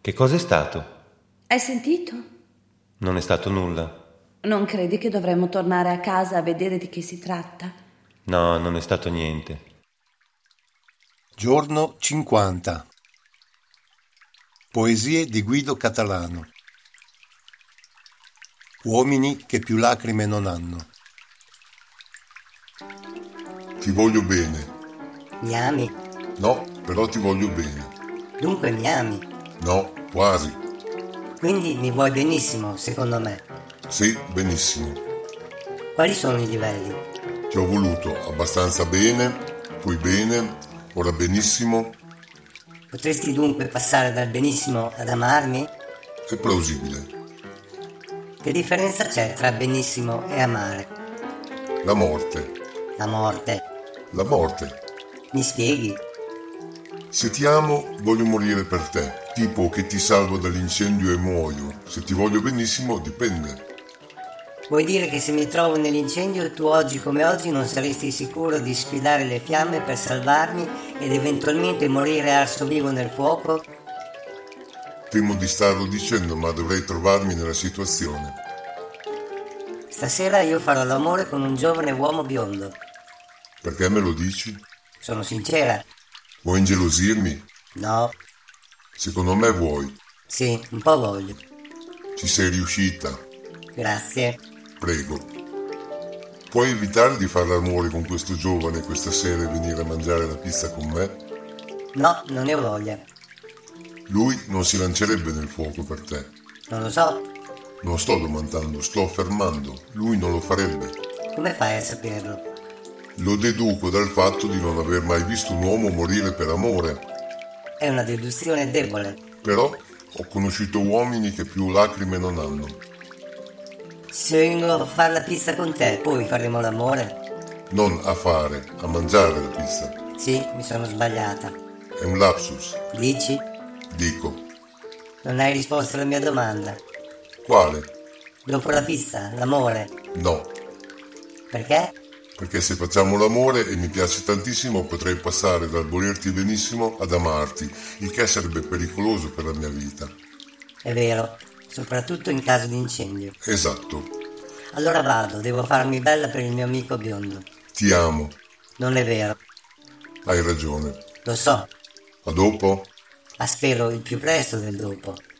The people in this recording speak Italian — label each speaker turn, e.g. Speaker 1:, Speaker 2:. Speaker 1: Che cos'è stato?
Speaker 2: Hai sentito?
Speaker 1: Non è stato nulla.
Speaker 2: Non credi che dovremmo tornare a casa a vedere di che si tratta?
Speaker 1: No, non è stato niente.
Speaker 3: Giorno 50. Poesie di Guido Catalano. Uomini che più lacrime non hanno.
Speaker 4: Ti voglio bene.
Speaker 5: Mi ami?
Speaker 4: No, però ti voglio bene.
Speaker 5: Dunque mi ami.
Speaker 4: No, quasi.
Speaker 5: Quindi mi vuoi benissimo, secondo me.
Speaker 4: Sì, benissimo.
Speaker 5: Quali sono i livelli?
Speaker 4: Ti ho voluto abbastanza bene, poi bene, ora benissimo.
Speaker 5: Potresti dunque passare dal benissimo ad amarmi?
Speaker 4: È plausibile.
Speaker 5: Che differenza c'è tra benissimo e amare?
Speaker 4: La morte.
Speaker 5: La morte.
Speaker 4: La morte.
Speaker 5: Mi spieghi?
Speaker 4: Se ti amo, voglio morire per te. Tipo che ti salvo dall'incendio e muoio. Se ti voglio benissimo, dipende.
Speaker 5: Vuoi dire che se mi trovo nell'incendio tu oggi come oggi non saresti sicuro di sfidare le fiamme per salvarmi ed eventualmente morire arso vivo nel fuoco?
Speaker 4: Temo di starlo dicendo, ma dovrei trovarmi nella situazione.
Speaker 5: Stasera io farò l'amore con un giovane uomo biondo.
Speaker 4: Perché me lo dici?
Speaker 5: Sono sincera?
Speaker 4: Vuoi ingelosirmi?
Speaker 5: No.
Speaker 4: Secondo me vuoi.
Speaker 5: Sì, un po' voglio.
Speaker 4: Ci sei riuscita.
Speaker 5: Grazie.
Speaker 4: Prego. Puoi evitare di fare l'amore con questo giovane questa sera e venire a mangiare la pizza con me?
Speaker 5: No, non ne ho voglia.
Speaker 4: Lui non si lancerebbe nel fuoco per te.
Speaker 5: Non lo so.
Speaker 4: Non sto domandando, sto affermando. Lui non lo farebbe.
Speaker 5: Come fai a saperlo?
Speaker 4: Lo deduco dal fatto di non aver mai visto un uomo morire per amore.
Speaker 5: È una deduzione debole.
Speaker 4: Però ho conosciuto uomini che più lacrime non hanno.
Speaker 5: Se vengo a fare la pizza con te, poi faremo l'amore?
Speaker 4: Non a fare, a mangiare la pizza.
Speaker 5: Sì, mi sono sbagliata.
Speaker 4: È un lapsus.
Speaker 5: Dici?
Speaker 4: Dico.
Speaker 5: Non hai risposto alla mia domanda.
Speaker 4: Quale?
Speaker 5: Dopo la pizza, l'amore.
Speaker 4: No.
Speaker 5: Perché?
Speaker 4: Perché se facciamo l'amore e mi piace tantissimo potrei passare dal volerti benissimo ad amarti, il che sarebbe pericoloso per la mia vita.
Speaker 5: È vero, soprattutto in caso di incendio.
Speaker 4: Esatto.
Speaker 5: Allora vado, devo farmi bella per il mio amico biondo.
Speaker 4: Ti amo.
Speaker 5: Non è vero,
Speaker 4: Hai ragione.
Speaker 5: lo so,
Speaker 4: A dopo?
Speaker 5: ma spero il più presto del dopo.